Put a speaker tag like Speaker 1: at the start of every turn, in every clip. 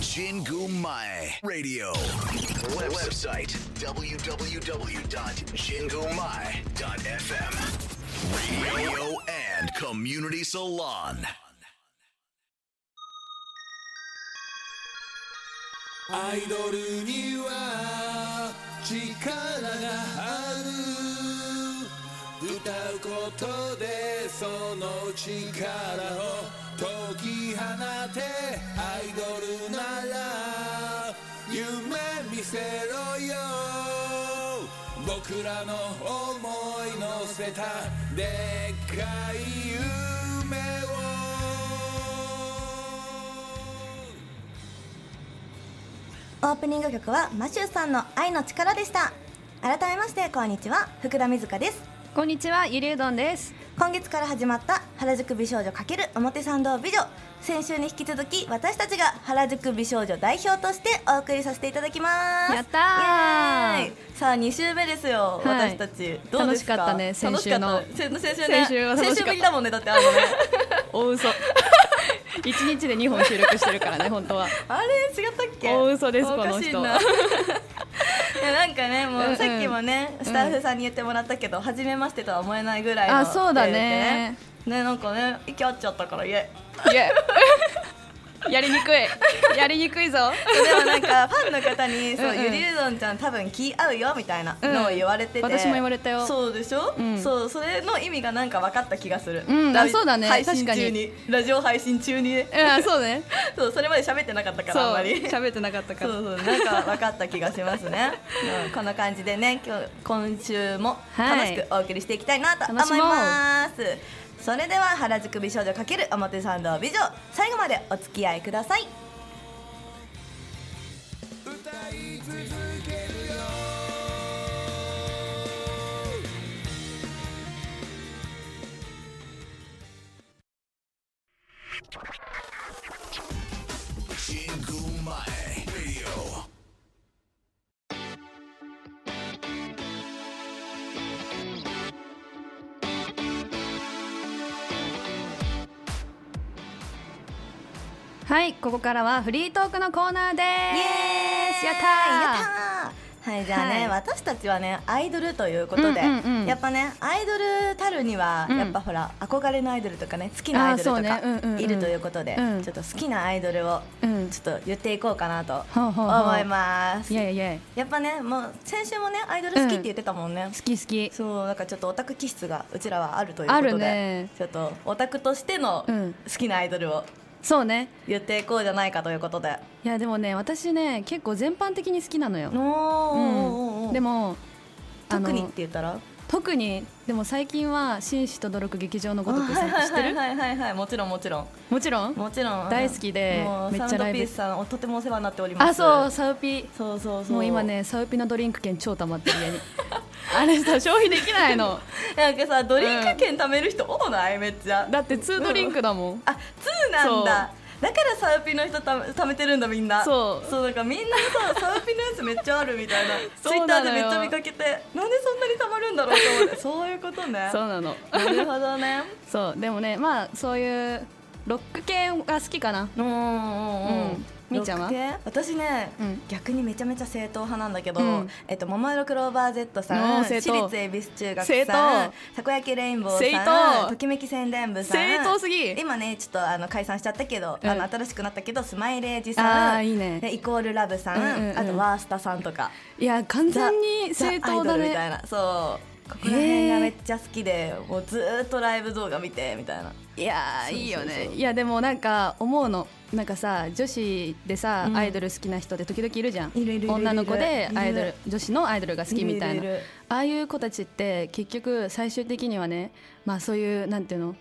Speaker 1: Jingu Mae Radio. Web- website www.jingumai.fm. Radio and Community Salon.
Speaker 2: アイドルには力がある歌うことでその力を解き放てアイドルなら夢見せろよ僕らの思い乗せたでっかい夢を
Speaker 3: オープニング曲はマシューさんの愛の力でした改めましてこんにちは福田瑞香です
Speaker 4: こんにちは、ゆりうどんです。
Speaker 3: 今月から始まった原宿美少女×表参道美女先週に引き続き私たちが原宿美少女代表としてお送りさせていただきます
Speaker 4: やったー
Speaker 3: イエーイさあ2週目ですよ、
Speaker 4: はい
Speaker 3: 私たちどうですか
Speaker 4: 楽しかったね先週の
Speaker 3: 楽しかった先先週ね
Speaker 4: 先週は楽しか
Speaker 3: 先
Speaker 4: った
Speaker 3: 週ぶりだもんねだってあのね
Speaker 4: 大 嘘。一日で二本収録してるからね、本当は。
Speaker 3: あれ違ったっけ
Speaker 4: 大嘘です
Speaker 3: おかしいな
Speaker 4: こ
Speaker 3: い
Speaker 4: の
Speaker 3: やなんかねも
Speaker 4: うんう
Speaker 3: うんさっきもねスタッフさんに言ってもらったけど、初めましてとは思えないぐらいの
Speaker 4: あそうだね
Speaker 3: って言ってねねなんかね息合っちゃったからイエイ
Speaker 4: い や。やりにくい。やりにくい
Speaker 3: で
Speaker 4: ぞ。
Speaker 3: もなん かファンの方に「そう
Speaker 4: うんうん
Speaker 3: ゆりうどんちゃん多分気合うよ」みたいなのを言われてて、
Speaker 4: うん私も言われたよ
Speaker 3: そうでしょ、
Speaker 4: うん
Speaker 3: そうそれの意味がなんか分かった気がする、
Speaker 4: うん
Speaker 3: ラ
Speaker 4: あそうだね
Speaker 3: 配信
Speaker 4: 確かに
Speaker 3: 中にラジオ配信中にね
Speaker 4: うん、そうね。
Speaker 3: そうそれまで喋ってなかったか
Speaker 4: そう
Speaker 3: らあんまり、
Speaker 4: 喋ってなかったか
Speaker 3: そうそ
Speaker 4: ら。
Speaker 3: うなんか分かった気がしますね、うん、こんな感じでね今日今週も楽しくお送りしていきたいなと思います、それでは原宿美少女×表参道美女最後までお付き合いください
Speaker 2: 歌い続けるよ
Speaker 4: はい、ここからはフリートークのコーナーで
Speaker 3: イエー
Speaker 4: す。
Speaker 3: イ
Speaker 4: や
Speaker 3: やっ
Speaker 4: っ
Speaker 3: た
Speaker 4: たー。
Speaker 3: ーはいじゃあね、
Speaker 4: はい
Speaker 3: 私たちはねアイドルということで、
Speaker 4: うんうんうん
Speaker 3: やっぱねアイドルたるには、
Speaker 4: うん
Speaker 3: やっぱほら憧れのアイドルとかね好きなアイドルと
Speaker 4: あーそうねうんうんう
Speaker 3: か
Speaker 4: ん
Speaker 3: いるということで、
Speaker 4: うん
Speaker 3: ちょっと好きなアイドルを
Speaker 4: うん
Speaker 3: ちょっと言っていこうかなと
Speaker 4: ほうほうほう
Speaker 3: 思います、
Speaker 4: いやいやいや。
Speaker 3: やっぱねもう先週もねアイドル好きって言ってたもんね、
Speaker 4: 好き好き。
Speaker 3: そうなんかちょっとオタク気質がうちらはあるということで
Speaker 4: あるね
Speaker 3: ちょっとオタクとしての
Speaker 4: うん
Speaker 3: 好きなアイドルを
Speaker 4: そうね。
Speaker 3: 言っていこうじゃないかということで、
Speaker 4: いや、でもね、私ね、結構全般的に好きなのよ。
Speaker 3: おー
Speaker 4: うん。でも。あの
Speaker 3: 特にって言ったら
Speaker 4: 特にでも最近は紳士と努力劇場のごとく
Speaker 3: あ
Speaker 4: さ
Speaker 3: はいは
Speaker 4: 知
Speaker 3: い
Speaker 4: ってる
Speaker 3: はいはいはいもちろんもちろん
Speaker 4: もちろん
Speaker 3: もちろん
Speaker 4: 大好きで
Speaker 3: もう
Speaker 4: めっちゃ
Speaker 3: サウ
Speaker 4: ラ
Speaker 3: ン
Speaker 4: イ
Speaker 3: ド
Speaker 4: ブ
Speaker 3: ピースさんおとてもお世話になっております
Speaker 4: あそうサウピ
Speaker 3: そうそうそう
Speaker 4: もう今ねサウピのドリンク券超溜まってる家に あれさ消費できないの
Speaker 3: なんかさドリンク券貯める人多ないめっちゃ
Speaker 4: だって2ドリンクだもん、
Speaker 3: あ2なんだだからサウピの人た貯めてるんだみんな
Speaker 4: そう
Speaker 3: そうなんかみんな さサウピのやつめっちゃあるみたいなツイ
Speaker 4: そ
Speaker 3: ッ
Speaker 4: う
Speaker 3: タ
Speaker 4: な
Speaker 3: ー
Speaker 4: の
Speaker 3: で
Speaker 4: よ
Speaker 3: めっちゃ見かけてなんでそんなに貯まるんだろうと思ってそういうことね
Speaker 4: そうな の
Speaker 3: なるほどね
Speaker 4: そうでもねまあそういうロック系が好きかな
Speaker 3: うんうんうん
Speaker 4: うんみーちゃんは
Speaker 3: ロック系私ね、
Speaker 4: うん
Speaker 3: 逆にめちゃめちゃ正統派なんだけど、
Speaker 4: うん
Speaker 3: えっと桃色クローバー Z さ
Speaker 4: お
Speaker 3: ん
Speaker 4: ー
Speaker 3: 私立
Speaker 4: 正統
Speaker 3: 恵比寿中学
Speaker 4: 正
Speaker 3: さん
Speaker 4: 統
Speaker 3: たこ焼きレインボ
Speaker 4: 正
Speaker 3: ーさん
Speaker 4: 統
Speaker 3: ときめき宣伝部さん
Speaker 4: 正統すぎ
Speaker 3: 今ねちょっとあの解散しちゃったけど、
Speaker 4: うん
Speaker 3: あの新しくなったけどスマイレージさ
Speaker 4: あ
Speaker 3: ん
Speaker 4: ーいいね
Speaker 3: でイコールラブさん、
Speaker 4: うんうんうん
Speaker 3: あとワースタさんとか
Speaker 4: いや完
Speaker 3: ザ
Speaker 4: 全に正当
Speaker 3: ザア
Speaker 4: だ
Speaker 3: イドルみたい
Speaker 4: ね
Speaker 3: なそうここら辺がめっちゃ好きでもうずーっとライブ動画見てみたいない
Speaker 4: や
Speaker 3: そうそう
Speaker 4: ー
Speaker 3: そう
Speaker 4: いいよねいやでもなんか思うのなんかさ女子でさ、
Speaker 3: うん
Speaker 4: アイドル好きな人って時々いるじゃん
Speaker 3: いるいるいるいる
Speaker 4: 女の子でアイド
Speaker 3: い
Speaker 4: ル
Speaker 3: る
Speaker 4: 女子のアイドルが好きみたい
Speaker 3: る
Speaker 4: な
Speaker 3: るる
Speaker 4: ああいう子たちって結局最終的にはねまあそういうなんていうの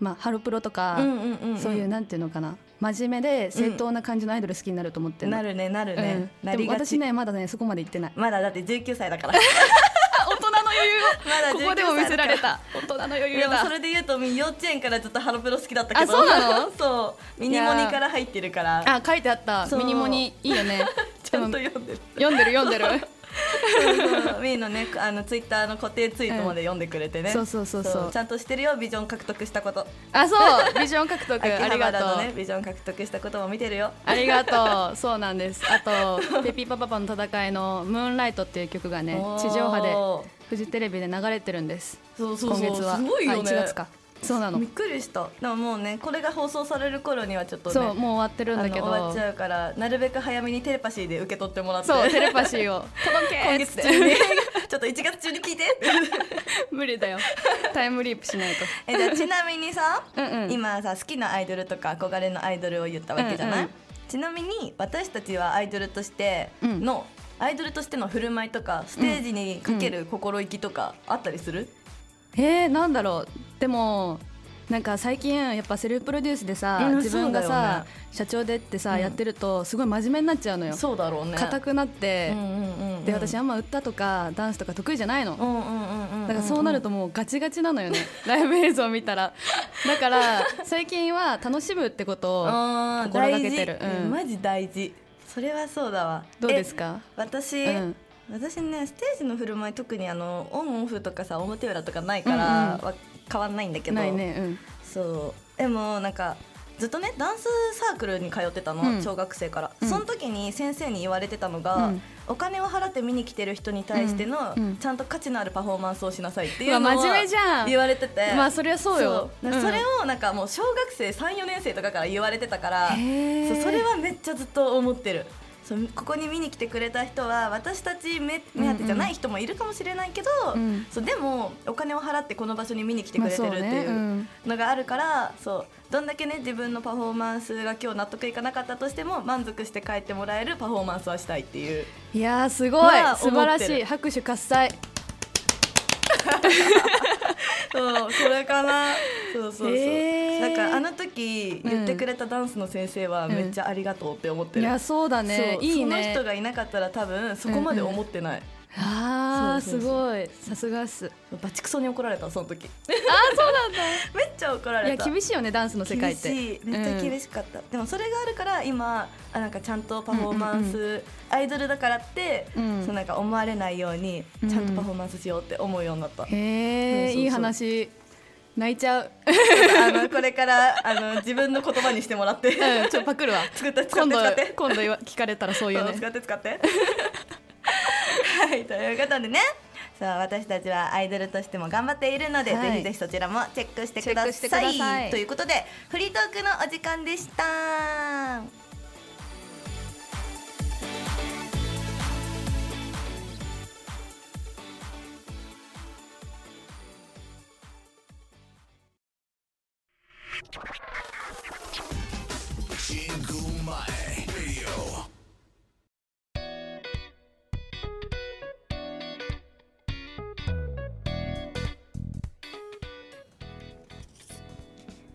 Speaker 4: まあハロプロとか、
Speaker 3: うんうんうんうん
Speaker 4: そういうなんていうのかな真面目で正当な感じのアイドル好きになると思ってんの
Speaker 3: なるねなるね、
Speaker 4: うん
Speaker 3: な
Speaker 4: で
Speaker 3: り
Speaker 4: も
Speaker 3: がち
Speaker 4: 私ねまだねそこまで行ってない
Speaker 3: まだだって19歳だ から
Speaker 4: 大人の余裕
Speaker 3: まだ19歳だから
Speaker 4: をここでも見せられた大人の余
Speaker 3: で
Speaker 4: 裕
Speaker 3: も
Speaker 4: だ
Speaker 3: それで言うとみん幼稚園からずっとハロプロ好きだったけど
Speaker 4: あそうなの
Speaker 3: そうミニモニから入ってるから
Speaker 4: あ書いてあった
Speaker 3: そう
Speaker 4: ミニモニいいよね
Speaker 3: ちゃんと
Speaker 4: でも
Speaker 3: 読んでる
Speaker 4: 読んでる読んでる
Speaker 3: そうみーのねあのツイッターの固定ツイートまで読んでくれてね、
Speaker 4: そうそうそうそう
Speaker 3: ちゃんとしてるよビジョン獲得したこと
Speaker 4: あそうビジョン獲得
Speaker 3: 秋
Speaker 4: あ
Speaker 3: 葉
Speaker 4: りが
Speaker 3: 原の
Speaker 4: とう、
Speaker 3: ねビジョン獲得したことも見てるよ
Speaker 4: あり がとうそうなんですあとペピーパパパの戦いの「ムーンライト」っていう曲がね
Speaker 3: おー
Speaker 4: 地上波でフジテレビで流れてるんです
Speaker 3: そうそうそう
Speaker 4: 今月は
Speaker 3: すごいよね
Speaker 4: あ1月かそうなの
Speaker 3: びっくりしたでももうねこれが放送される頃にはちょっとね
Speaker 4: そうもう終わってるん
Speaker 3: あ
Speaker 4: だ
Speaker 3: の
Speaker 4: け
Speaker 3: 終わっ
Speaker 4: ど
Speaker 3: ちゃうからなるべく早めにテレパシーで受け取ってもらって
Speaker 4: そうテレパシーを「届け!」
Speaker 3: 今月中に ちょっと1月中に 聞いて
Speaker 4: 無理だよタイムリープし ないと
Speaker 3: えじゃあちなみにさ
Speaker 4: うんうん
Speaker 3: 今さ好きなアイドルとか憧れのアイドルを言ったわけじゃない、
Speaker 4: うんうん
Speaker 3: ちなみに私たちはアイドルとしての、アイドルとしての振る舞いとかステージにかける心意気とかあったりする、
Speaker 4: えー、なんだろうでもなんか最近やっぱセルフプロデュースでさ、
Speaker 3: うん
Speaker 4: 自分が
Speaker 3: そうだよ
Speaker 4: さ、
Speaker 3: ね
Speaker 4: 社長でってさ、
Speaker 3: うん
Speaker 4: やってるとすごい真面目になっちゃうのよ
Speaker 3: そうだろうね
Speaker 4: 硬くなって、で私あんま歌とかダンスとか得意じゃないの、
Speaker 3: うんうんうんうん
Speaker 4: だからそうなる
Speaker 3: と
Speaker 4: ともうガチガチなのよね、 ライブ映像見たらだから最近は楽しむってことを心がけてる、うん
Speaker 3: マジ大事それはそうだわ
Speaker 4: どうです
Speaker 3: か
Speaker 4: か
Speaker 3: 私、
Speaker 4: うん
Speaker 3: 私ねステージの振る舞い特にあのオンオフとかさ表裏とかないから、
Speaker 4: うんうん
Speaker 3: わ変わんないんだけど
Speaker 4: ないねうん
Speaker 3: そうでもなんかずっとねダンスサークルに通ってたの、
Speaker 4: うん
Speaker 3: 小学生から、
Speaker 4: うん
Speaker 3: その時に先生に言われてたのが、
Speaker 4: うん
Speaker 3: お金を払って見に来てる人に対しての、
Speaker 4: うんうん
Speaker 3: ちゃんと価値のあるパフォーマンスをしなさいっていうの
Speaker 4: うわ
Speaker 3: を
Speaker 4: 真面目じゃん
Speaker 3: 言われてて
Speaker 4: まあそりゃそうよ
Speaker 3: そうだからそれをなんかもう小学生34年生とかから言われてたから
Speaker 4: へー
Speaker 3: そうそれはめっちゃずっと思ってるそうここに見に来てくれた人は私たち目目当てじゃない人もいるかもしれないけど、
Speaker 4: うん
Speaker 3: そうでもお金を払ってこの場所に見に来てくれてるっていう,、
Speaker 4: まあそうねうん
Speaker 3: のがあるからそうどんだけね自分のパフォーマンスが今日納得いかなかったとしても満足して帰ってもらえるパフォーマンスはしたいっていう
Speaker 4: いやーすごい、
Speaker 3: まあ
Speaker 4: 素晴
Speaker 3: 思
Speaker 4: ら
Speaker 3: っ
Speaker 4: してい
Speaker 3: る
Speaker 4: 拍手喝采
Speaker 3: そうそれかなそうそうそう、
Speaker 4: へー
Speaker 3: なんかあの時言ってくれたダンスの先生は
Speaker 4: ん
Speaker 3: めっちゃありがとうって思って
Speaker 4: い
Speaker 3: る、
Speaker 4: やそうだね
Speaker 3: そう
Speaker 4: いい
Speaker 3: その
Speaker 4: ね
Speaker 3: 人がいなかったら多分そこまで思ってない、
Speaker 4: あー
Speaker 3: そ
Speaker 4: す
Speaker 3: うそう
Speaker 4: ごいさすがっす
Speaker 3: バチクソに怒られたその時
Speaker 4: あそうなんだ
Speaker 3: めっちゃ怒ら
Speaker 4: い
Speaker 3: れ
Speaker 4: や
Speaker 3: た
Speaker 4: 厳しいよねダンスの世界って
Speaker 3: 厳しいめっちゃ厳
Speaker 4: しい、
Speaker 3: しかった、でもそれがあるから今あなんかちゃんとパフォーマンス、アイドルだからって、
Speaker 4: うん
Speaker 3: そうなんか思われないようにちゃんとパフォーマンスしようって思うようになった、
Speaker 4: うんへ
Speaker 3: そう
Speaker 4: え
Speaker 3: そうそう
Speaker 4: いい話泣いちゃう、
Speaker 3: あのこれからあの自分の言葉にしてもらって
Speaker 4: うん、ちょパクるわ
Speaker 3: 作って使っ
Speaker 4: 今
Speaker 3: て
Speaker 4: 度
Speaker 3: 使って
Speaker 4: 今度言わ聞かれたらそういう
Speaker 3: そう使
Speaker 4: ね
Speaker 3: って使ってはいということでねそう私たちはアイドルとしても頑張っているので、
Speaker 4: はい
Speaker 3: ぜひぜひそちらもチェックしてく
Speaker 4: チェッ
Speaker 3: だ
Speaker 4: クしてく
Speaker 3: さ
Speaker 4: だ
Speaker 3: い
Speaker 4: さい
Speaker 3: ということでフリートークのお時間でした
Speaker 1: チングマイレディオ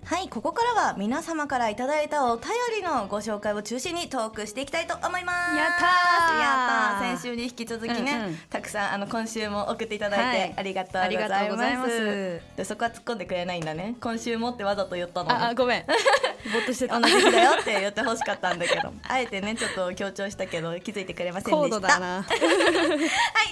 Speaker 3: はいここからは皆様からいただいたお便りのご紹介を中心にトークしていきたいと思います
Speaker 4: やったー
Speaker 3: やったー先週に引き続きね、
Speaker 4: うんうん
Speaker 3: たくさんあの今週も送っていただいて、
Speaker 4: はい
Speaker 3: ありがとうございます
Speaker 4: ありがとうございます
Speaker 3: でそこは突っ込んでくれないんだね今週もってわざと言ったの
Speaker 4: ああごめ んぼーっとしてた
Speaker 3: 同じ日だよって言ってほしかったんだけどあえてねちょっと強調したけど気づいてくれません
Speaker 4: 高
Speaker 3: でし
Speaker 4: 度
Speaker 3: た
Speaker 4: だ
Speaker 3: は
Speaker 4: な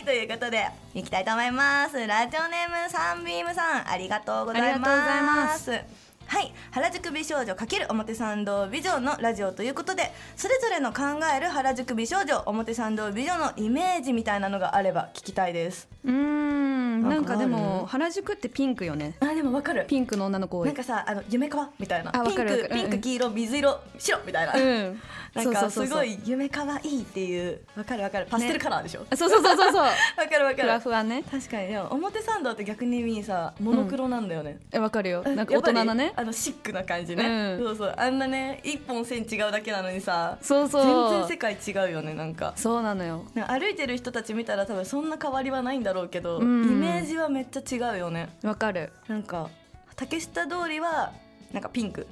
Speaker 4: い
Speaker 3: ということでいきたいと思いますラジオネームサンビームさんありがとうござい
Speaker 4: ありがとうござい
Speaker 3: ま
Speaker 4: ます
Speaker 3: はい原宿美少女×表参道美女のラジオということでそれぞれの考える原宿美少女表参道美女のイメージみたいなのがあれば聞きたいです
Speaker 4: うーんなんか
Speaker 3: な
Speaker 4: で
Speaker 3: んかあ
Speaker 4: も原宿ってピンクよね
Speaker 3: あでもわかる
Speaker 4: ピンクの女の子多
Speaker 3: ないんかさあの夢かみたいな
Speaker 4: あわ
Speaker 3: ピン
Speaker 4: かるわか
Speaker 3: クピ
Speaker 4: る
Speaker 3: ン
Speaker 4: うんう
Speaker 3: ク
Speaker 4: ん
Speaker 3: 黄色水色白み たいな、
Speaker 4: うん
Speaker 3: なんかすご
Speaker 4: そうそうそう
Speaker 3: い夢かわいいっていうわかるわかるパステルカラーでしょわ、
Speaker 4: そうそうそうそうそう
Speaker 3: かるわか
Speaker 4: ふ
Speaker 3: る
Speaker 4: わふわね
Speaker 3: 確かにでも表参道って逆にみーさモノクロなんだよね、
Speaker 4: えわかるよなんか
Speaker 3: やっ
Speaker 4: 大
Speaker 3: ぱり
Speaker 4: 人のね
Speaker 3: あのシックな感じね、
Speaker 4: うん
Speaker 3: そうそうあんなね一本線違うだけなのにさ
Speaker 4: そうそう
Speaker 3: 全然世界違うよねなんか
Speaker 4: そうなのよ
Speaker 3: なんか歩いてる人たち見たら多分そんな変わりはないんだろうけど、
Speaker 4: うん
Speaker 3: イメージはめっちゃ違うよね
Speaker 4: わかる
Speaker 3: なんか竹下通りはなんかピンク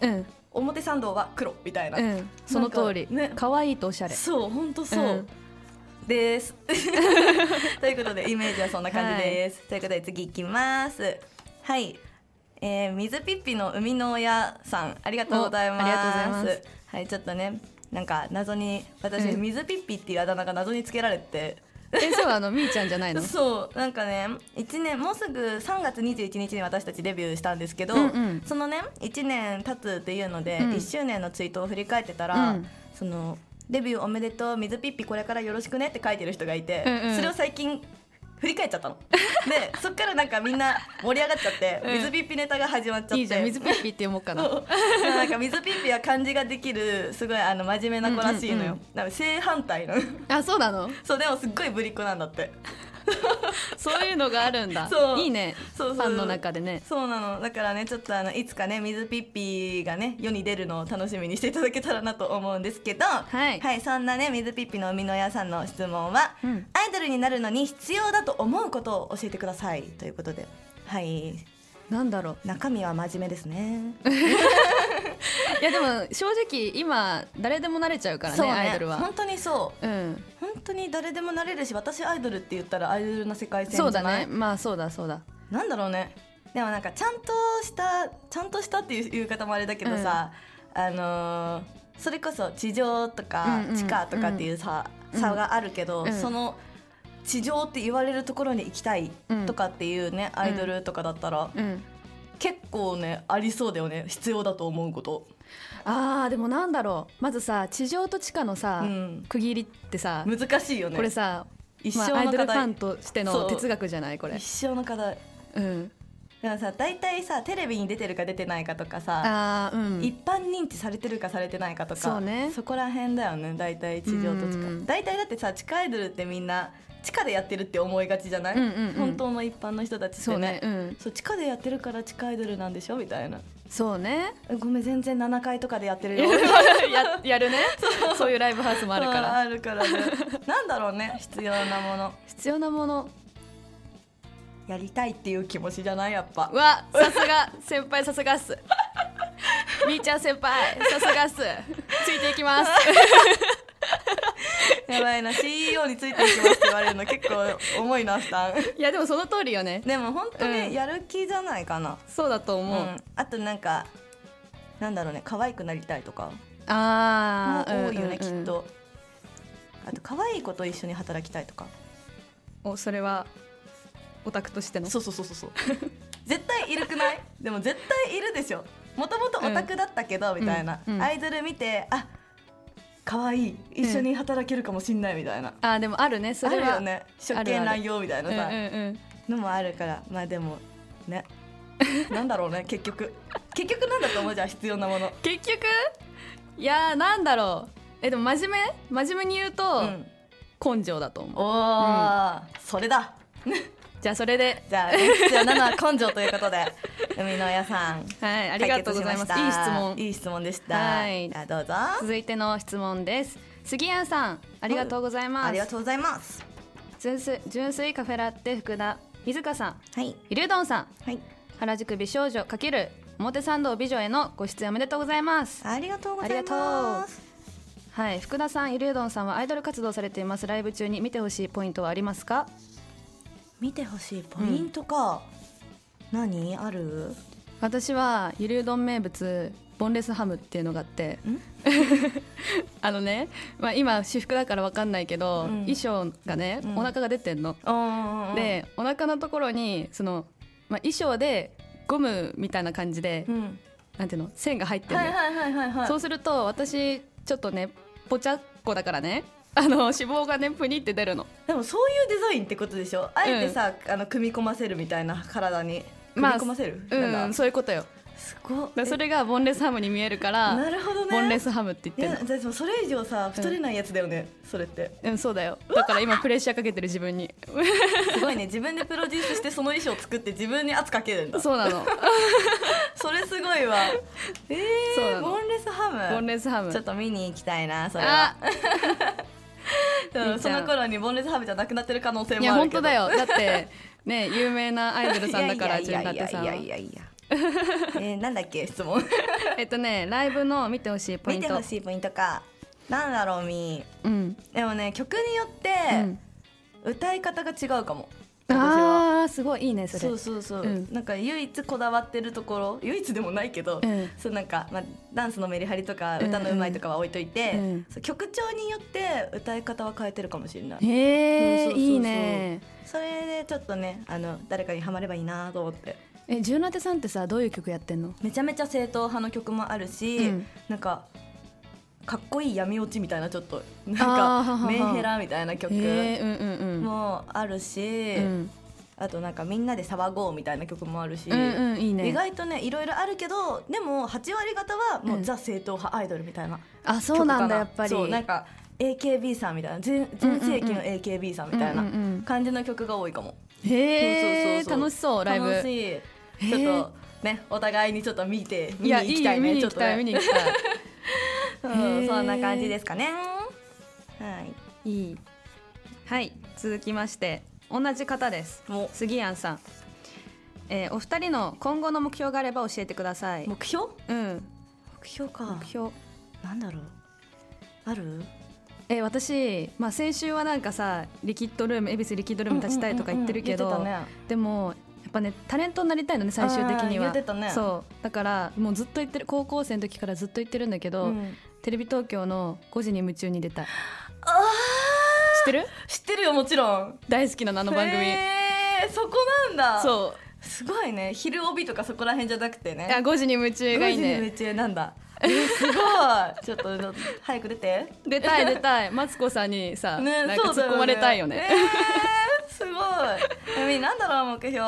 Speaker 4: うん
Speaker 3: 表参道は黒みたいな、
Speaker 4: うんその通り
Speaker 3: なんかね
Speaker 4: 可愛いとおしゃれ
Speaker 3: そう本当そう、
Speaker 4: うん
Speaker 3: です ということでイメージはそんな感じです、ということで次いきますはい、えー、水ピッピの生みの親さんありがとうございます
Speaker 4: おありがとうございます
Speaker 3: はいちょっとねなんか謎に私、
Speaker 4: うん
Speaker 3: 水ピッピっていうあだ名が謎につけられて
Speaker 4: えそうあのみーちゃんじゃないの
Speaker 3: そうなんかね一年もうすぐ3月21日に私たちデビューしたんですけど、
Speaker 4: うんうん
Speaker 3: そのね1年経つっていうので、
Speaker 4: うん
Speaker 3: 1周年のツイートを振り返ってたら、
Speaker 4: うん
Speaker 3: その「デビューおめでとう水ピッピこれからよろしくね」って書いてる人がいて、
Speaker 4: うんうん
Speaker 3: それを最近振り返っちゃった のでそっからなんかみんな盛り上がっちゃって、
Speaker 4: うん
Speaker 3: 水ピッピネタが始まっちゃって
Speaker 4: いいじゃん水ピッピって読もうかな
Speaker 3: そうなんか水ピッピは漢字ができるすごいあの真面目な子らしいのよ、
Speaker 4: うんうんうん
Speaker 3: なんか正反対の
Speaker 4: あそうなの
Speaker 3: そうでもすっごいぶりっ子なんだって
Speaker 4: そういうのがあるんだ
Speaker 3: そう
Speaker 4: いいね
Speaker 3: そうそう
Speaker 4: ファンの中でね
Speaker 3: そうなのだからねちょっとあのいつかね水ピッピがね世に出るのを楽しみにしていただけたらなと思うんですけど
Speaker 4: はい
Speaker 3: そんなね水ピッピの生みの親さんの質問は、
Speaker 4: うん
Speaker 3: アイドルになるのに必要だと思うことを教えてくださいということではい
Speaker 4: なんだろう
Speaker 3: 中身は真面目ですね
Speaker 4: いやでも正直今誰でもなれちゃうからね
Speaker 3: そうね
Speaker 4: アイドルは
Speaker 3: 本当にそう
Speaker 4: うん
Speaker 3: 本当に誰でもなれるし私アイドルって言ったらアイドルな世界線じ
Speaker 4: そう
Speaker 3: ゃ
Speaker 4: だ
Speaker 3: ない
Speaker 4: ねまあそうだそうだ
Speaker 3: なんだろうねでもなんかちゃんとしたちゃんとしたっていう言い方もあれだけどさ、あのーそれこそ地上とか
Speaker 4: うんうん
Speaker 3: 地下とかっていうさ、
Speaker 4: うん
Speaker 3: 差があるけど、
Speaker 4: うん
Speaker 3: その地上って言われるところに行きたい
Speaker 4: うん
Speaker 3: とかっていうね、アイドルとかだったら、
Speaker 4: うん
Speaker 3: 結構ねありそうだよね必要だと思うこと
Speaker 4: あーでもなんだろうまずさ地上と地下のさ、
Speaker 3: うん
Speaker 4: 区切りってさ、
Speaker 3: 難しいよね
Speaker 4: これさ、
Speaker 3: 一
Speaker 4: ま
Speaker 3: 生
Speaker 4: あ、アイ
Speaker 3: の
Speaker 4: ド
Speaker 3: 課
Speaker 4: ルファ
Speaker 3: 題
Speaker 4: ン、として
Speaker 3: そ
Speaker 4: の
Speaker 3: う
Speaker 4: 哲学じゃないこれ
Speaker 3: 一、生の課題
Speaker 4: うん、
Speaker 3: でもさ大体さテレビに出てるか出てないかとかさ、
Speaker 4: あーうん
Speaker 3: 一般認知されてるかされてないかとか
Speaker 4: そうね
Speaker 3: そこら辺だよね大体地上と地
Speaker 4: う
Speaker 3: 下
Speaker 4: ん
Speaker 3: 大体だってさ地下アイドルってみんな地下でやってるって思いがちじゃない、
Speaker 4: うんうんうん
Speaker 3: 本当の一般の人たちって
Speaker 4: そうね
Speaker 3: ね
Speaker 4: うん
Speaker 3: そう地下でやってるから地下アイドルなんでしょみたいな
Speaker 4: そうね
Speaker 3: えごめん全然7階とか でやってるよ
Speaker 4: ややるねそういうライブハウス もあるか
Speaker 3: あ
Speaker 4: ら
Speaker 3: るからねなんだろうね必要なもの
Speaker 4: 必要なもの
Speaker 3: やりたいっていう気持ちじゃないやっぱ
Speaker 4: うわさすが先輩さすがっ すみーちゃん先輩さすがっすついてい きます
Speaker 3: やばいな CEO についていきますって言われるの結構重いな負 担
Speaker 4: いやでもその通りよね
Speaker 3: でも本当
Speaker 4: うん
Speaker 3: にやる気じゃないかな、
Speaker 4: そうだと
Speaker 3: う
Speaker 4: 思
Speaker 3: ん
Speaker 4: う、
Speaker 3: あとなんかなんだろうね可愛くなりたいとかも
Speaker 4: ああ
Speaker 3: 多いよね、きっとあと可愛い子と一緒に働きたいとか
Speaker 4: おそれはオタクとしての
Speaker 3: そうそうそうそうそう 絶対いるくないでも絶対いるでしょもともとオタクだったけど、みたいな、
Speaker 4: うんうん
Speaker 3: アイドル見てあ可愛い一緒に働けるかもしんないみたいな、
Speaker 4: あーでもあるねそ
Speaker 3: あ
Speaker 4: れ
Speaker 3: る
Speaker 4: は
Speaker 3: よね
Speaker 4: あ
Speaker 3: 職
Speaker 4: るあ
Speaker 3: 権
Speaker 4: る
Speaker 3: 乱用みたいな
Speaker 4: うんう
Speaker 3: さ、
Speaker 4: んうん
Speaker 3: のもあるからまあでもねなんだろうね結局結局なんだと思うじゃん必要なもの
Speaker 4: 結局いやーなんだろうえでも真面目真面目に言うと、
Speaker 3: うん
Speaker 4: 根性だと思う
Speaker 3: おー、それだ
Speaker 4: じゃあそれで
Speaker 3: じゃあ必要なのは根性ということ で海の親さん
Speaker 4: はいありがとうございます
Speaker 3: 解
Speaker 4: いい
Speaker 3: 決し
Speaker 4: 質問
Speaker 3: したいい質問でした、
Speaker 4: はい
Speaker 3: じゃあどうぞ
Speaker 4: 続いての質問です杉谷さんありがとうございます、
Speaker 3: ありがとうございます
Speaker 4: 純粋純粋カフェラテ福田水香さん
Speaker 3: はい
Speaker 4: ゆりうどんさん
Speaker 3: はい
Speaker 4: 原宿美少女×表参道美女へのご出演おめでとうございます
Speaker 3: ありがとうござい
Speaker 4: あり
Speaker 3: ま
Speaker 4: がと
Speaker 3: す
Speaker 4: はい福田さんゆりうどんさんはアイドル活動されていますライブ中に見てほしいポイントはありますか
Speaker 3: 見てほしいポイントか、何ある
Speaker 4: 私はゆりうどん名物ボンレスハムっていうのがあって あのね、まあ、今私服だからわかんないけど、
Speaker 3: うん
Speaker 4: 衣装がね、
Speaker 3: うん
Speaker 4: お腹が出てんの、
Speaker 3: あ
Speaker 4: でお腹のところにその、まあ、衣装でゴムみたいな感じで、
Speaker 3: うん
Speaker 4: なんていうの線が入ってる、
Speaker 3: はいはいはいはいはい
Speaker 4: そうすると私ちょっとねぽちゃっこだからねあの脂肪がねプニって出るの
Speaker 3: でもそういうデザインってことでしょあえてさ、あの組み込ませるみたいな体に組
Speaker 4: まあ
Speaker 3: み込ませる、な
Speaker 4: うんん
Speaker 3: だ
Speaker 4: そういうことよだか
Speaker 3: すごい
Speaker 4: らそれがボンレスハムに見えるから
Speaker 3: なるほどね
Speaker 4: ボンレスハムって
Speaker 3: い
Speaker 4: 言っ
Speaker 3: や
Speaker 4: てんの
Speaker 3: でもそれ以上さ太れないやつだよね、それって
Speaker 4: うんそうだ よだから今プレッシャーかけてる自分に
Speaker 3: すごいね自分でプロデュースしてその衣装作って自分に圧かけるんだ そ
Speaker 4: そうなの
Speaker 3: れすごいわえ
Speaker 4: そう
Speaker 3: ー、
Speaker 4: なの
Speaker 3: ボンレスハム
Speaker 4: ボンレスハム
Speaker 3: ちょっと見に行きたいなそれは
Speaker 4: あ
Speaker 3: で
Speaker 4: い
Speaker 3: も
Speaker 4: い
Speaker 3: そ
Speaker 4: じゃん
Speaker 3: の頃にボンレスハムじゃなくなってる可能性
Speaker 4: い
Speaker 3: も
Speaker 4: や
Speaker 3: ある
Speaker 4: 本
Speaker 3: けど
Speaker 4: 当だよだってね有名なアイドルさんだから純
Speaker 3: いやい
Speaker 4: 立さん
Speaker 3: や
Speaker 4: はい
Speaker 3: やいやいやいやえー、なんだっけ質問
Speaker 4: えっとねライブの見てほしいポイ
Speaker 3: 見
Speaker 4: ン
Speaker 3: て
Speaker 4: ト
Speaker 3: ほ しいポイントかなんだろうみー
Speaker 4: うん
Speaker 3: でもね曲によっ
Speaker 4: う
Speaker 3: て
Speaker 4: ん
Speaker 3: 歌い方が違うかも、私は
Speaker 4: あ
Speaker 5: あーすごいいいねそれ
Speaker 3: そうそうそう、
Speaker 5: うん
Speaker 3: なんか唯一こだわってるところ唯一でもないけど、
Speaker 5: うん
Speaker 3: そうなんか、まあ、ダンスのメリハリとか
Speaker 5: うんうん
Speaker 3: 歌のうまいとかは置いといて、
Speaker 5: うん
Speaker 3: そう曲調によって歌い方は変えてるかもしれない、
Speaker 5: へ
Speaker 3: そ
Speaker 5: え
Speaker 3: うそうそうそう
Speaker 5: いいね
Speaker 3: それでちょっとねあの誰かにはまればいいなと思って
Speaker 5: えジュナテさんってさどういう曲やってんの
Speaker 3: めちゃめちゃ正統派の曲もあるし、
Speaker 5: うん
Speaker 3: なんかかっこいい闇落ちみたいなちょっと
Speaker 5: あ
Speaker 3: な
Speaker 5: ーは
Speaker 3: んか
Speaker 5: は
Speaker 3: メンヘラみたいな曲
Speaker 5: へえうんうんうん
Speaker 3: もあるし、
Speaker 5: うん
Speaker 3: あとなんかみんなで騒ごうみたいな曲もあるし、
Speaker 5: うんうんいいね
Speaker 3: 意外とねいろいろあるけどでも8割方はもう、
Speaker 5: うん
Speaker 3: ザ正統派アイドルみたいな
Speaker 5: あ
Speaker 3: 曲
Speaker 5: そうなん
Speaker 3: か
Speaker 5: だやっぱり
Speaker 3: そうなんか AKB さんみたいな全全盛期の AKB さんみたいな
Speaker 5: うんうんうん
Speaker 3: 感じの曲が多いかも、
Speaker 5: へえ
Speaker 3: そうそうそうそう
Speaker 5: 楽しそうライブ
Speaker 3: 楽しいち
Speaker 5: へ
Speaker 3: ょっ
Speaker 5: ー
Speaker 3: とねお互いにちょっと見て見
Speaker 5: い
Speaker 3: に
Speaker 5: や
Speaker 3: 行
Speaker 5: い
Speaker 3: き
Speaker 5: い
Speaker 3: たいね
Speaker 5: 見に
Speaker 3: ち
Speaker 5: 行
Speaker 3: ょっ
Speaker 5: き
Speaker 3: と
Speaker 5: たい見
Speaker 3: ね
Speaker 5: に行きたい
Speaker 3: うん
Speaker 5: へー
Speaker 3: そんな感じですかねはい
Speaker 4: いいはい続きまして同じ方です
Speaker 3: お
Speaker 4: 杉谷さん、えーお二人の今後の目標があれば教えてください
Speaker 3: 目標
Speaker 4: うん
Speaker 3: 目標か
Speaker 4: 目標
Speaker 3: なんだろうある
Speaker 4: え私、まあ、先週はなんかさリキッドルーム恵比寿リキッドルーム立ちたいとか言ってるけど、
Speaker 3: うんうんうんうん言ってたね
Speaker 4: でもやっぱねタレントになりたいのね最終的に
Speaker 3: あー言っ
Speaker 4: は
Speaker 3: てたね
Speaker 4: そうだからもうずっと言ってる高校生の時からずっと言ってるんだけど、
Speaker 3: うん
Speaker 4: テレビ東京の「5時に夢中」に出たい知っ
Speaker 3: あ
Speaker 4: て る
Speaker 3: ー知ってるよもちろん
Speaker 4: 大好きなのあの番組、
Speaker 3: へーそこなんだ
Speaker 4: そう
Speaker 3: すごいね昼帯とかそこら辺じゃなくて
Speaker 4: うあ
Speaker 3: ね
Speaker 4: 5時に夢中がいいね
Speaker 3: 夢中なん だえーすごいちょっとちょっと早く出て
Speaker 4: 出たい出たいマツコさんに さ、
Speaker 3: ね
Speaker 4: なんか
Speaker 3: そうだよ
Speaker 4: 突っ
Speaker 3: ね
Speaker 4: 込まれたいよね
Speaker 3: えーすごいえみなんだろう目標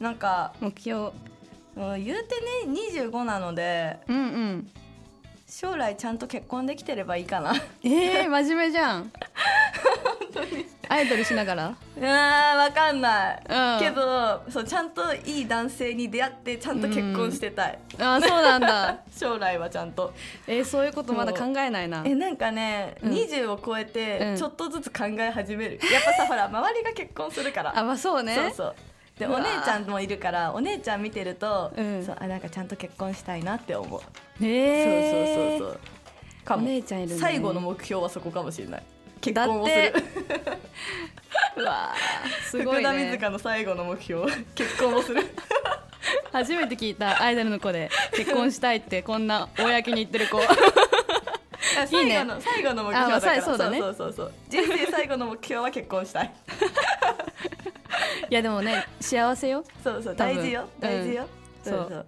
Speaker 3: なんか
Speaker 4: 目標
Speaker 3: うん言うてね25なので
Speaker 4: うんうん
Speaker 3: 将来ちゃんと結婚できてればいいかな
Speaker 4: えー、真面目じ ゃんアイドルしながら
Speaker 3: うーんわかんない、
Speaker 4: うん
Speaker 3: けどそうちゃんといい男性に出会ってちゃんと結婚してたい、
Speaker 4: あーそうなんだ
Speaker 3: 将来はちゃんと
Speaker 4: えー、そういうことまだ考えないな
Speaker 3: えなんかね、
Speaker 4: うん
Speaker 3: 20を超え
Speaker 4: う
Speaker 3: て
Speaker 4: ん
Speaker 3: ちょっとずつ考え始める、やっぱさほ ら周りが結婚するから
Speaker 4: あまあそうね
Speaker 3: そうそうで
Speaker 4: う
Speaker 3: お
Speaker 4: わ
Speaker 3: 姉
Speaker 4: ー
Speaker 3: ちゃんもいるからお姉ちゃん見てると、
Speaker 4: うん
Speaker 3: そうあなんかちゃんと結婚したいなって思う、
Speaker 4: えー、
Speaker 3: そうそうそうそうかも
Speaker 4: お姉ちゃんいるんだね
Speaker 3: 最後の目標はそこかもしれない結婚をする
Speaker 4: だっうわーすご
Speaker 3: 福
Speaker 4: い
Speaker 3: 田
Speaker 4: ね
Speaker 3: 水香の最後の目標結婚をする
Speaker 4: 初めて聞いたアイドルの子で結婚したいってこんな公に言ってる 子いいね
Speaker 3: 最後の最後の目標だ
Speaker 4: あま
Speaker 3: から
Speaker 4: あそうだね
Speaker 3: そうそうそう人生最後の目標は結婚したい
Speaker 4: いやでもね幸せよ
Speaker 3: そうそう
Speaker 4: 多
Speaker 3: 大
Speaker 4: 分
Speaker 3: 事よ大事よ、
Speaker 4: うん
Speaker 3: そうそう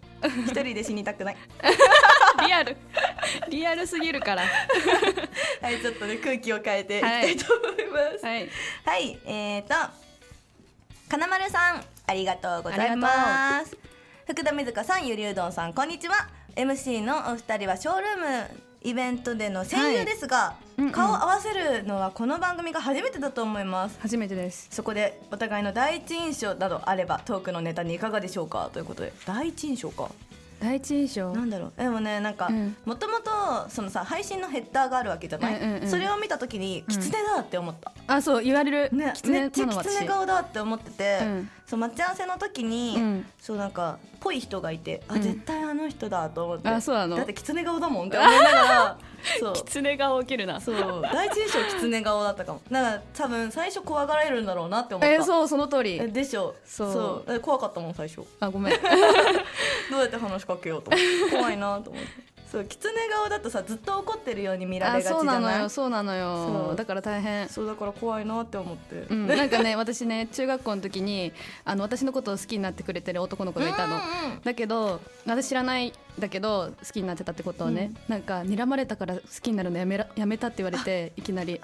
Speaker 3: 一人で死にたく ない
Speaker 4: リアルリアルすぎるから
Speaker 3: はいちょっとね空気を変えていきたいと思いますはい、
Speaker 4: はい
Speaker 3: えーと金丸さんありがとうございます福田水香さんゆりうどんさんこんにちは MC のお二人はショールームイベントでの戦友ですが、
Speaker 4: うんうん
Speaker 3: 顔を合わせるのはこの番組が初めてだと思います
Speaker 4: 初めてです
Speaker 3: そこでお互いの第一印象などあればトークのネタにいかがでしょうかということで第一印象か
Speaker 4: 第一印象
Speaker 3: なんだろうでもねなんか
Speaker 4: うん
Speaker 3: もともとそのさ配信のヘッダーがあるわけじゃない、
Speaker 4: うんうんうん
Speaker 3: それを見た時にキツネだって思った、
Speaker 4: あそう言われる、
Speaker 3: ね
Speaker 4: キツ
Speaker 3: め
Speaker 4: ネ
Speaker 3: っちゃ
Speaker 4: なの
Speaker 3: キツネ
Speaker 4: 私
Speaker 3: 顔だって思ってて、
Speaker 4: うん
Speaker 3: そう待ち合わせの時に、
Speaker 4: うん
Speaker 3: そうなんかぽい人がいてあ、
Speaker 4: うん
Speaker 3: 絶対あの人だと思って
Speaker 4: あそうなの
Speaker 3: だってキツネ顔だもんって思いなが らそう
Speaker 4: キツネ顔起きるな
Speaker 3: そう第一印象キツネ顔だったかもだから多分最初怖がられるんだろうなって思った、
Speaker 4: えー、そうその通
Speaker 3: え
Speaker 4: り
Speaker 3: でしょ
Speaker 4: そう
Speaker 3: そうえ怖かったもん最初
Speaker 4: あごめん
Speaker 3: どうやって話しかけようと思って怖いなと思ってそう狐顔だとさずっと怒ってるように見られ
Speaker 4: あ
Speaker 3: がちじゃない
Speaker 4: そうなのよそうなのよ
Speaker 3: そう
Speaker 4: だから大変
Speaker 3: そうだから怖いなって思って、
Speaker 4: うん、なんかね私ね中学校の時にあの私のことを好きになってくれてる男の子がいたの、だけど私知らないんだけど好きになってたってことをね、なんか睨まれたから好きになるのやめらやめたって言われていきなり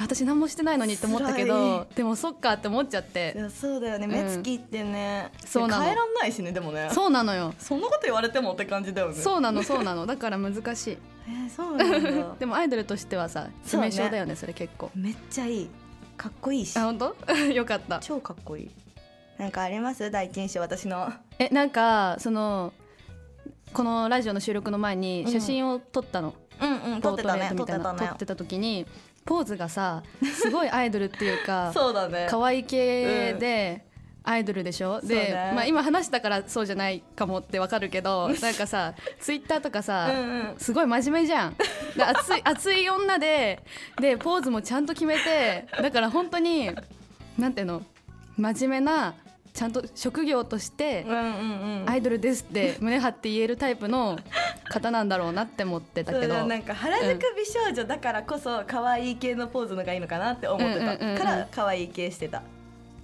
Speaker 4: 私何もしてないのにって思ったけどでもそっかって思っちゃっ
Speaker 3: い
Speaker 4: て
Speaker 3: やそうだよね
Speaker 4: ん
Speaker 3: 目つきってね、
Speaker 4: そうなの
Speaker 3: 変えらんないしねでもね
Speaker 4: そうなのよ
Speaker 3: そんなこと言われてもって感じだよね
Speaker 4: そうなのそうなのだから難しい
Speaker 3: えーそうなんだ
Speaker 4: でもアイドルとしてはさ致命傷だよねそれ結構
Speaker 3: めっちゃいいかっこいいし
Speaker 4: あ本当 よかった
Speaker 3: 超かっこいいなんかあります第一印象私の
Speaker 4: えなんかそのこのラジオの収録の前に写真を撮ったの、
Speaker 3: うんうん撮っ
Speaker 4: ポー
Speaker 3: て
Speaker 4: ト
Speaker 3: た
Speaker 4: レー
Speaker 3: ね
Speaker 4: ト
Speaker 3: 撮ったて
Speaker 4: みい
Speaker 3: た
Speaker 4: な
Speaker 3: ね
Speaker 4: 撮ってた時にポーズ がさすごいアイドルっていうか
Speaker 3: そうだね
Speaker 4: 可愛い系で、アイドルでしょで、
Speaker 3: そうね
Speaker 4: まあ、今話したからそうじゃないかもってわかるけどなんかさツイッターとかさ、
Speaker 3: うんうん
Speaker 4: すごい真面目じゃんで熱い熱い女ででポーズもちゃんと決めてだから本当になんていうの真面目なちゃんと職業として
Speaker 3: うんうんうん
Speaker 4: アイドルですって胸張って言えるタイプの方なんだろうなって思ってた
Speaker 3: そう
Speaker 4: けど
Speaker 3: だなんか原宿美少女だからこそ可愛い系のポーズのがいいのかなって思ってた
Speaker 4: うんうんうんうん
Speaker 3: から可愛い系してた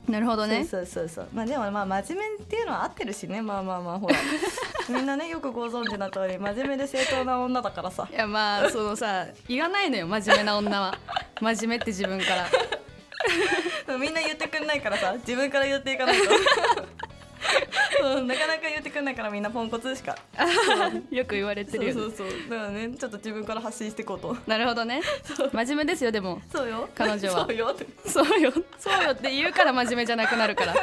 Speaker 4: なるほどね
Speaker 3: そうそうそうそうまあでもまあ真面目っていうのは合ってるしねまあまあまあ ほらみんなねよくご存知の通り真面目で正当な女だからさ
Speaker 4: いやまあそのさ言わないのよ真面目な女は真面目って自分から
Speaker 3: みんな言ってくんないからさ自分から言っていかない とそうなかなか言ってくんないからみんなポンコツしか
Speaker 4: よく言われて
Speaker 3: そ
Speaker 4: る
Speaker 3: う
Speaker 4: よね
Speaker 3: そうそうだからねちょっと自分から発信していこうと
Speaker 4: なるほどね真面目ですよでも
Speaker 3: そうよ
Speaker 4: 彼女は
Speaker 3: そうよって
Speaker 4: そうよそうよって言うから真面目じゃなくなるから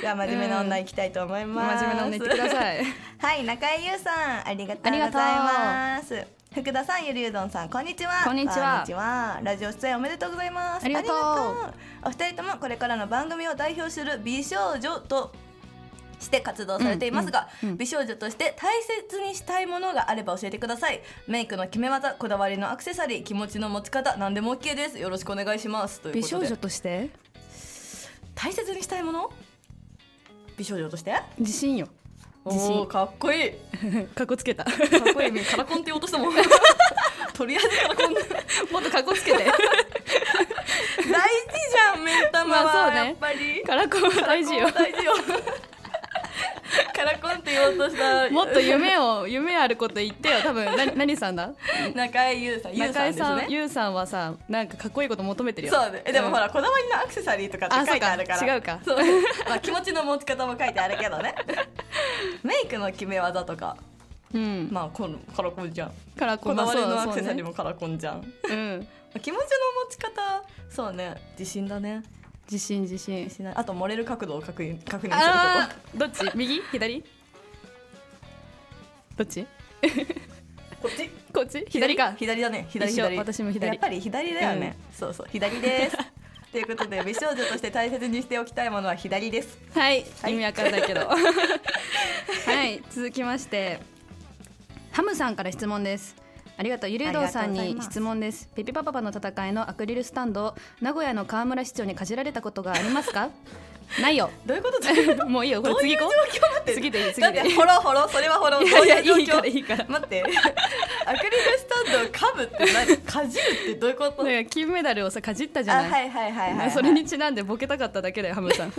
Speaker 3: じゃあ真面目な女行きたいと思います、
Speaker 4: 真面目な女言ってください
Speaker 3: はい、中井優さん、ありがと
Speaker 4: あ
Speaker 3: う
Speaker 4: り
Speaker 3: ござい
Speaker 4: がとう
Speaker 3: ます。福田さん、ゆりうどんさん、こんにちは。
Speaker 4: こんにちは
Speaker 3: ラジオ出演おめでとうございます。
Speaker 4: ありがとう
Speaker 3: うお二人ともこれからの番組を代表する美少女と。して活動されていますが、
Speaker 4: うんうんうん
Speaker 3: 美少女として大切にしたいものがあれば教えてくださいメイクの決め技こだわりのアクセサリー気持ちの持ち方何でも OK ですよろしくお願いしますということで
Speaker 4: 美少女として
Speaker 3: 大切にしたいもの美少女として
Speaker 4: 自信よ自信
Speaker 3: おーかっこいい
Speaker 4: かっこ つけた
Speaker 3: かっこいいねカラコンって言おうと したもんとりあえずカラコン大事
Speaker 4: もっとかっこつけ て
Speaker 3: じゃん目ん玉は、
Speaker 4: まあそうね
Speaker 3: やっぱり
Speaker 4: カラコンは大 事よ
Speaker 3: カラコン大事 よカラコンって言おうとした
Speaker 4: もっと夢を夢あること言ってよ多分な何さんだ
Speaker 3: 中井優さん優さん
Speaker 4: 中
Speaker 3: で
Speaker 4: 井
Speaker 3: す
Speaker 4: さん
Speaker 3: ね
Speaker 4: ゆうさんはさなんかかっこいいこと求めてるよ
Speaker 3: そうねえでも
Speaker 4: うん
Speaker 3: ほら、こだわりのアクセサリーとかって書いてあるから
Speaker 4: あそうか違うか
Speaker 3: そうまあ、気持ちの持ち方も書いてあるけどねメイクの決め技とか
Speaker 4: うん
Speaker 3: まあこのカラコンじゃん
Speaker 4: カラコ
Speaker 3: こ
Speaker 4: ン
Speaker 3: だ
Speaker 4: ま
Speaker 3: わ
Speaker 4: あ
Speaker 3: りのア
Speaker 4: そ
Speaker 3: ク
Speaker 4: うそう
Speaker 3: セ
Speaker 4: ね
Speaker 3: サリーもカラコンじゃん、
Speaker 4: うん
Speaker 3: 気持ちの持ち方そうね自信だね
Speaker 4: 自信自信
Speaker 3: しないあと漏れる角度を確認確認する
Speaker 4: あーどっち右 左どっち
Speaker 3: ことこっち
Speaker 4: こっち左か
Speaker 3: 左だね左
Speaker 4: 一緒
Speaker 3: 左
Speaker 4: 私も左
Speaker 3: やっぱり左だよね、そうそう左です ということで美少女として大切にしておきたいものは左です
Speaker 4: はい、
Speaker 3: はい
Speaker 4: 意味わかんない けどはい続きましてハムさんから質問ですありがとうゆりうどんさん
Speaker 3: ありがとうござい
Speaker 4: に
Speaker 3: ます
Speaker 4: 質問ですピピパパパの戦いのアクリルスタンドを名古屋の河村市長にかじられたことがあります かないよ
Speaker 3: どういう ことだ
Speaker 4: もういいよこれ次行こ
Speaker 3: どういう状況待って
Speaker 4: 次でいい
Speaker 3: だ
Speaker 4: 次
Speaker 3: っ
Speaker 4: で
Speaker 3: て
Speaker 4: いい
Speaker 3: ほろほろそれはほろどう
Speaker 4: いやいや
Speaker 3: い
Speaker 4: いうい
Speaker 3: 状況
Speaker 4: からいいから
Speaker 3: 待ってアクリルスタンドをかぶって何かじるってどういうこと
Speaker 4: だから金メダルをさかじったじ
Speaker 3: あ
Speaker 4: ゃ
Speaker 3: は
Speaker 4: ない
Speaker 3: いはいはいはい、はい、
Speaker 4: それにちなんでボケたかっただけだよハム さん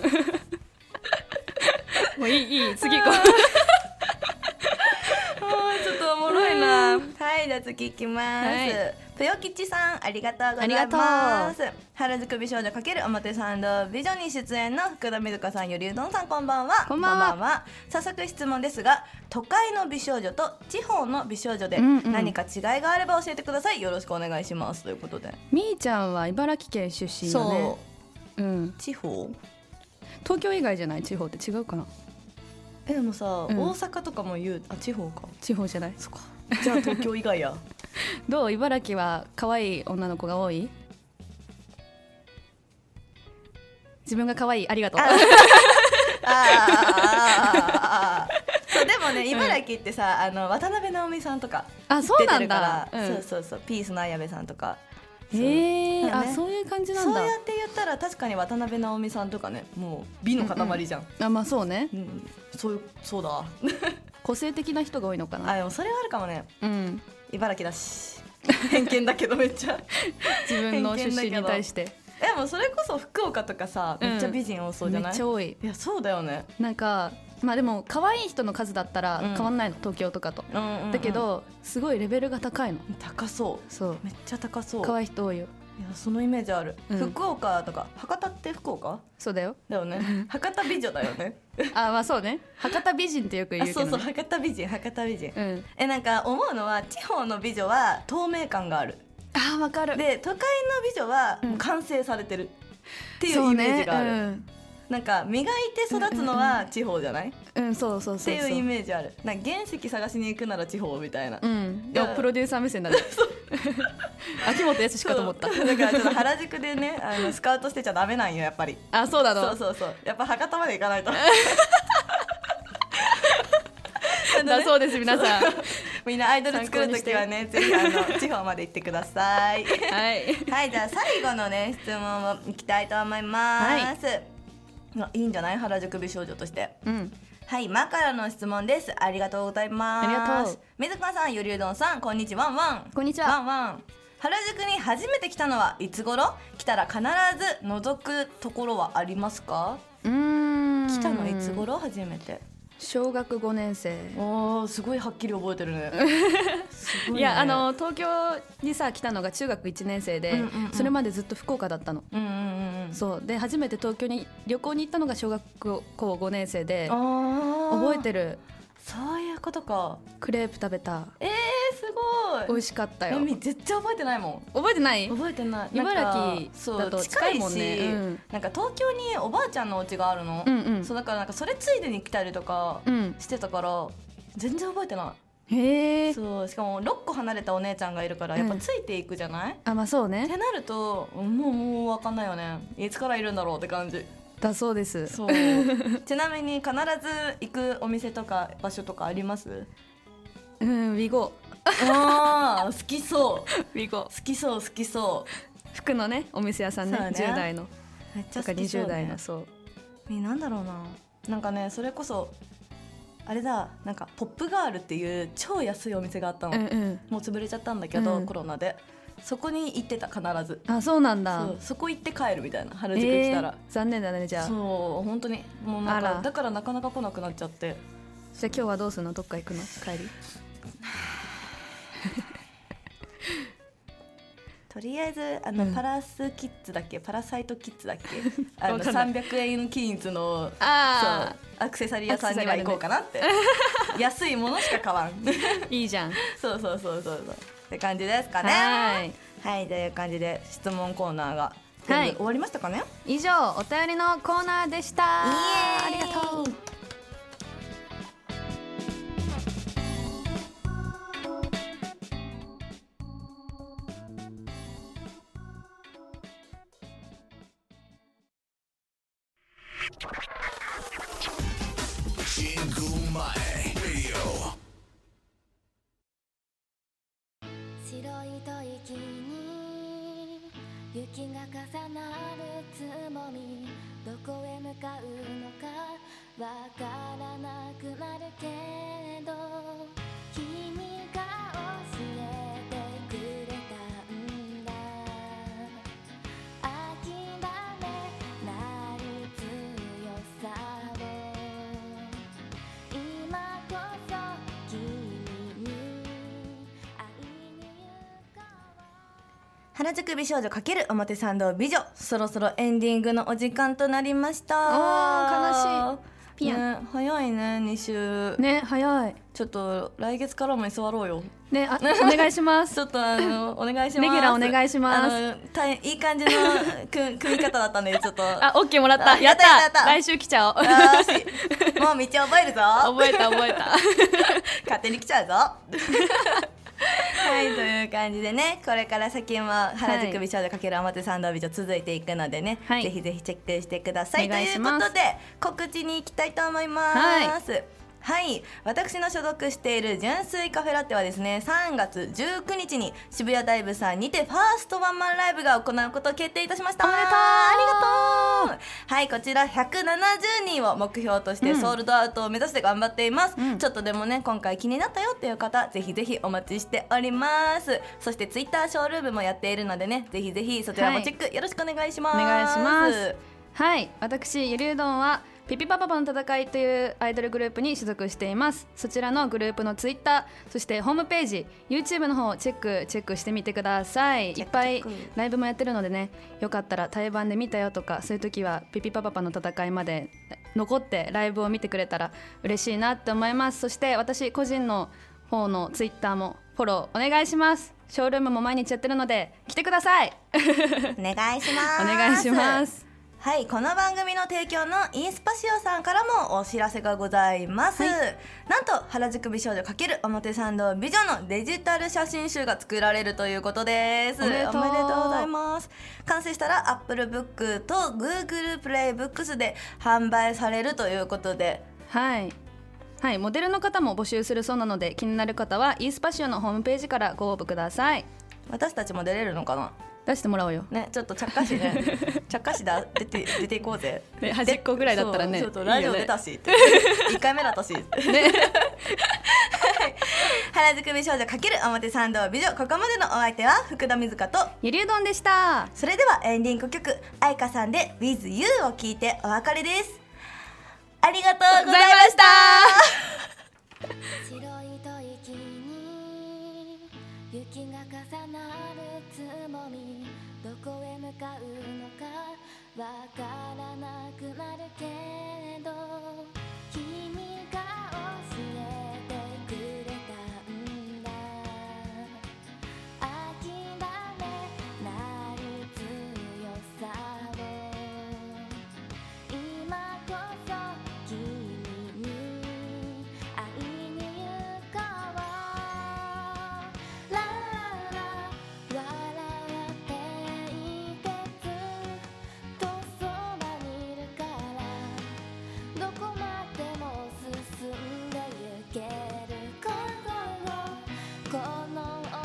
Speaker 4: もういいいい次行こ
Speaker 3: あーちょっとおもろいな。はい、じゃあ次行きます。
Speaker 4: はい
Speaker 3: ぷよきちさん、ありがとうござい
Speaker 4: あ
Speaker 3: ます。原宿美少女×表参道美女に出演の福田水香さん、よりうどんさん、こんばんは。
Speaker 4: こんばんは
Speaker 3: 早速質問ですが、都会の美少女と地方の美少女で
Speaker 4: うんうん
Speaker 3: 何か違いがあれば教えてください。よろしくお願いします。ということで。
Speaker 4: うみーちゃんは茨城県出身よねう、ん、
Speaker 3: う、地方
Speaker 4: 東京以外じゃない地方って違うかな
Speaker 3: え、でもさ、
Speaker 4: うん
Speaker 3: 大阪とかも言う、あ、地方か。
Speaker 4: 地方じゃない
Speaker 3: そっか。じゃあ東京以外や。
Speaker 4: どう茨城は可愛い女の子が多い自分が可愛いあ りがとう
Speaker 3: ああーあーあーあーそうでもね茨城ってさ、あの渡辺直美さんとか
Speaker 4: あそう
Speaker 3: 出
Speaker 4: な
Speaker 3: て
Speaker 4: ん
Speaker 3: る
Speaker 4: だ
Speaker 3: から、
Speaker 4: うん
Speaker 3: そうそうそうピースの綾部さんとか
Speaker 4: へえ
Speaker 3: そうだね
Speaker 4: あそういう感じなん
Speaker 3: そう
Speaker 4: だ
Speaker 3: やって言ったら確かに渡辺直美さんとかねもう美の塊じゃん、
Speaker 4: あまあそうね
Speaker 3: うんそういうそうだ
Speaker 4: 個性的な人が多いのかな
Speaker 3: あでもそれはあるかもね
Speaker 4: うん
Speaker 3: 茨城だし偏見だけどめっちゃ
Speaker 4: 自分の出
Speaker 3: 偏
Speaker 4: 身
Speaker 3: 見だけ
Speaker 4: に
Speaker 3: ど
Speaker 4: 対して
Speaker 3: でもそれこそ福岡とかさめっちゃ美人多そうじ
Speaker 4: め
Speaker 3: ゃな
Speaker 4: っ
Speaker 3: い、
Speaker 4: ちゃ多い
Speaker 3: いやそうだよね、
Speaker 4: なんかまあでも可愛い人の数だったら
Speaker 3: うん
Speaker 4: 変わんないの、東京とかと、
Speaker 3: うんうんうん
Speaker 4: だけどすごいレベルが高いの
Speaker 3: 高そ
Speaker 4: そう
Speaker 3: うめっちゃ高そう
Speaker 4: 可愛い人多いよ
Speaker 3: いやそのイメージある、
Speaker 4: うん
Speaker 3: 福岡とか博多って福岡
Speaker 4: そうだよ
Speaker 3: だよね 博多美女だよね
Speaker 4: あまあそうね博多美人ってよ く言う
Speaker 3: あ
Speaker 4: けど、
Speaker 3: そう
Speaker 4: ね、
Speaker 3: そう博多美人博多美人、
Speaker 4: うん
Speaker 3: えなんか思うのは地方の美女は透明感がある
Speaker 4: あーわかる
Speaker 3: で都会の美女はもう完成されてる、っていう
Speaker 4: そう
Speaker 3: イ
Speaker 4: ね
Speaker 3: メージがある、
Speaker 4: うん
Speaker 3: なんか磨いて育つのは地方じゃない、
Speaker 4: うん、そうそうそうそう。
Speaker 3: っていうイメージあるなんか原石探しに行くなら地方みたいな、
Speaker 4: うん、い
Speaker 3: いや
Speaker 4: やプロデューサー目線だ ね。 秋元康かと思った。
Speaker 3: そうだからちょっと原宿でねあのスカウトしてちゃダメなんよやっぱり
Speaker 4: あ、そうなの。
Speaker 3: そうそうそうやっぱ博多まで行か ないと
Speaker 4: だそうです皆さん。
Speaker 3: みんなアイドル作るときはねぜひあの地方まで行ってくださ い
Speaker 4: はい
Speaker 3: はいじゃあ最後のね質問をいきたいと思います、あいいんじゃない原宿美少女として
Speaker 4: うん
Speaker 3: はい、マカラの質問です。ありがとうございます。
Speaker 4: ありがとう。
Speaker 3: 水川さん、ゆりうどんさん、こんにちは。ワンワン。
Speaker 4: こんにちは
Speaker 3: ワンワン。原宿に初めて来たのはいつ頃？来たら必ず覗くところはありますか？
Speaker 4: うーん
Speaker 3: 来たのいつ頃初めて？
Speaker 4: 小学5年生
Speaker 3: おお、すごいはっきり覚えてるね。すごね
Speaker 4: いやあ、の東京にさ来たのが中学1年生で、
Speaker 3: うんうんうん
Speaker 4: それまでずっと福岡だったの
Speaker 3: うんうんうんうん。
Speaker 4: そうで初めて東京に旅行に行ったのが小学校5年生で
Speaker 3: あ
Speaker 4: 覚え
Speaker 3: る。
Speaker 4: てる
Speaker 3: そういうことか。
Speaker 4: クレープ食べた
Speaker 3: えー、す
Speaker 4: 美
Speaker 3: ごい。
Speaker 4: 味しかったよ
Speaker 3: えみ絶対覚えてないもん。
Speaker 4: 覚えてない
Speaker 3: 覚えてない
Speaker 4: 茨城
Speaker 3: なんかそう
Speaker 4: だと近いもんね
Speaker 3: 近いし
Speaker 4: うん
Speaker 3: なんか東京におばあちゃんのお家があるの、
Speaker 4: うんうん
Speaker 3: そうだからなんかそれついでに来たりとか
Speaker 4: うん
Speaker 3: してたから、全然覚えてな
Speaker 4: へ
Speaker 3: い
Speaker 4: え
Speaker 3: そうしかも6個離れたお姉ちゃんがいるからやっぱついていくじゃない、
Speaker 4: あまあそう
Speaker 3: って
Speaker 4: ね
Speaker 3: なるともうもう分かんないよねいつからいるんだろうって感じ
Speaker 4: だそうです
Speaker 3: そう ちなみに必ず行くお店とか場所とかあります
Speaker 4: うんウィゴ
Speaker 3: あー 好きそう
Speaker 4: ウィゴ
Speaker 3: 好きそう好きそ
Speaker 4: 服のねお店屋さんね
Speaker 3: そうね
Speaker 4: 10代の
Speaker 3: うめっち
Speaker 4: と
Speaker 3: ゃ
Speaker 4: か
Speaker 3: 好きそう、ね、
Speaker 4: 20代のそう
Speaker 3: えなんだろうななんかねそれこそあれだなんかポップガールっていう超安いお店があったの、
Speaker 4: うんうん
Speaker 3: もう潰れちゃったんだけど、
Speaker 4: うん
Speaker 3: コロナでそこに行ってた必ず
Speaker 4: あそうなん
Speaker 3: そ
Speaker 4: だ
Speaker 3: うそこ行って帰るみたいな原宿来たら、
Speaker 4: えー残念だねじゃあ
Speaker 3: そう本当にもうなん
Speaker 4: あ
Speaker 3: からだからなかなか来なくなっちゃって
Speaker 4: じゃあ今日はどうするのどっか行くの帰 り
Speaker 3: とりあえずあの、
Speaker 4: うん
Speaker 3: パラスキッズだっけパラサイトキッズだ っけあの
Speaker 4: わかんない
Speaker 3: 300円均一の
Speaker 4: あ
Speaker 3: そうアクセサリー屋さんには行こうかなって、安いものしか買わん
Speaker 4: あいいじゃん
Speaker 3: そうそうそうそうそうって感じですかね
Speaker 4: はい
Speaker 3: はい、という感じで質問コーナーが
Speaker 4: はい
Speaker 3: 全部終わりましたかね。
Speaker 4: 以上お便りのコーナーでした
Speaker 3: イエーイ
Speaker 4: ありがとう
Speaker 1: 神宮前 Radio
Speaker 6: 白い吐息に雪が重なるつぼみどこへ向かうのかわからなくなるけれど君が教えてくれたんだ諦めない強さを「今こそ君に会いに行こう」
Speaker 3: 原宿美少女かける表参道美女、そろそろエンディングのお時間となりました。
Speaker 4: おー悲しいピア
Speaker 3: ン、ね、早いね、二週、
Speaker 4: ね早い
Speaker 3: ちょっと来月からも居座ろうよ。
Speaker 4: ねあお願いし ま
Speaker 3: ち
Speaker 4: す
Speaker 3: ょっとあ のお願いします。
Speaker 4: レギュラーお願いします
Speaker 3: あの。大いい感じのく組み方だったね、ちょっと。
Speaker 4: あオッケーもらっ
Speaker 3: あ
Speaker 4: たやった
Speaker 3: やったやった
Speaker 4: 来週来ちゃおう
Speaker 3: よーしもう道覚えるぞ。
Speaker 4: 覚えた覚えた
Speaker 3: 勝手に来ちゃうぞ。はいという感じでねこれから先も原宿美少女×表参道美女続いていくのでね、
Speaker 4: はい
Speaker 3: ぜひぜひチェックしてください
Speaker 4: お願い
Speaker 3: とい
Speaker 4: し
Speaker 3: う
Speaker 4: ます
Speaker 3: ことで告知に行きたいと思います。はい私の所属している純粋カフェラテはですね3月19日に渋谷ダイブさんにてファーストワンマンライブが行うことを決定いたしましたおめでとうありがとうはいこちら170人を目標としてソールドアウトを目指して頑張っています、ちょっとでもね今回気になったよっていう方ぜひぜひお待ちしておりますそしてツイッターショールームもやっているのでねぜひぜひそちらもチェックよろしくお願いします、
Speaker 4: お願いします はい私ゆりうどんはピピパパパの戦いというアイドルグループに所属していますそちらのグループのツイッターそしてホームページ YouTube の方をチェックチェックしてみてくださいい
Speaker 3: チェッ
Speaker 4: っ
Speaker 3: ク
Speaker 4: ぱ
Speaker 3: チ
Speaker 4: い
Speaker 3: ェッ
Speaker 4: ライブもやってるのでねよかったら対バンで見たよとかそういう時はピピパパパの戦いまで残ってライブを見てくれたら嬉しいなって思いますそして私個人の方のツイッターもフォローお願いしますショールームも毎日やってるので来てください
Speaker 3: お願いします
Speaker 4: お願いします
Speaker 3: はい、この番組の提供のインスパシオさんからもお知らせがございます、なんと原宿美少女×表参道美女のデジタル写真集が作られるということです
Speaker 4: おめでとう
Speaker 3: ございます完成したら AppleBook と GooglePlayBooks で販売されるということで
Speaker 4: はい
Speaker 7: はい、モデルの方も募集するそうなので気になる方はイースパシオのホームページからご応募ください
Speaker 3: 私たちも出れるのかな
Speaker 7: 出してもらおうよ
Speaker 3: ねちょっと着火し ね着火しだ出て出ていこうぜ
Speaker 7: ね端っこぐらいだったらね
Speaker 3: そうちょっと
Speaker 7: いいよね
Speaker 3: ラジオ出たしって一回目だっ たし 原宿美少女×表参道美女ここまでのお相手は福田瑞香と
Speaker 7: ゆりうどんでした
Speaker 3: それではエンディング曲愛花さんで With You を聞いてお別れですありがとうございました
Speaker 6: 白い吐息に雪が重なるつもみどこへ向かうのかわからなくなるけれど君が教えてくれたんだ諦めない強さを「今こそ君に会いに行こう」「ラララ笑っていてずっとそばにいるから」「どこまでも進んで行けることを」「この想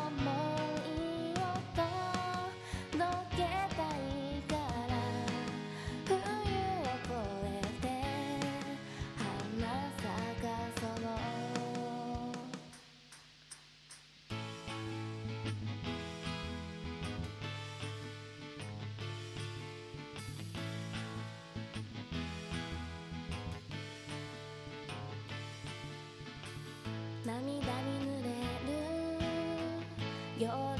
Speaker 6: いをとどけたいから」「冬を越えて花咲かそう」「涙に濡れる」「夜